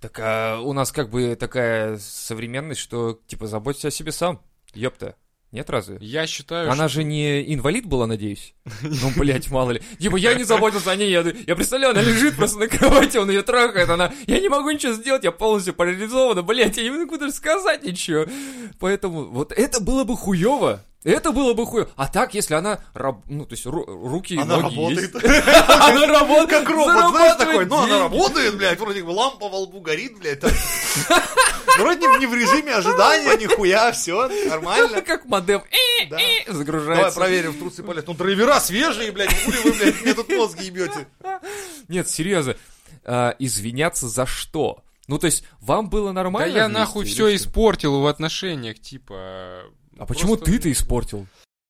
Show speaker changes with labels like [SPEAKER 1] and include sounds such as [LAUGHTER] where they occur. [SPEAKER 1] Так а у нас как бы такая современность, что типа заботься о себе сам. Ёпта. Нет разве?
[SPEAKER 2] Я считаю,
[SPEAKER 1] Она же не инвалид была,
[SPEAKER 3] [LAUGHS]
[SPEAKER 1] надеюсь? Ну, блядь, мало ли. Типа, я не заботился о ней, я, я представляю, она лежит просто на кровати, он ее трахает, она... Я не могу ничего сделать, я полностью парализована, блядь, я не могу даже сказать ничего. Поэтому вот это было бы хуево. Это было бы хуево. А так, если она... раб- Ну, то есть ру- руки и
[SPEAKER 3] Она
[SPEAKER 1] ноги
[SPEAKER 3] [LAUGHS] работает.
[SPEAKER 1] есть. Она работает.
[SPEAKER 3] Как робот, знаешь,
[SPEAKER 1] зарабатывает
[SPEAKER 3] такой, ну она
[SPEAKER 1] деньги.
[SPEAKER 3] работает, блядь, вроде бы лампа во лбу горит, блядь, там. [LAUGHS] Вроде бы не в режиме ожидания, нихуя, все, нормально.
[SPEAKER 1] Как модем. Э,
[SPEAKER 3] Да.
[SPEAKER 1] э, Загружается.
[SPEAKER 3] Давай проверим в Турции, блядь, ну драйвера свежие, блядь, хули вы, блядь, мне тут мозги ебете.
[SPEAKER 1] Нет, серьезно. А, извиняться за что? Ну, то есть, вам было
[SPEAKER 2] Да
[SPEAKER 1] нормально?
[SPEAKER 2] я
[SPEAKER 1] вместе
[SPEAKER 2] нахуй
[SPEAKER 1] или
[SPEAKER 2] все
[SPEAKER 1] что?
[SPEAKER 2] испортил в отношениях, типа...
[SPEAKER 1] А почему
[SPEAKER 2] просто-
[SPEAKER 1] ты-то испортил?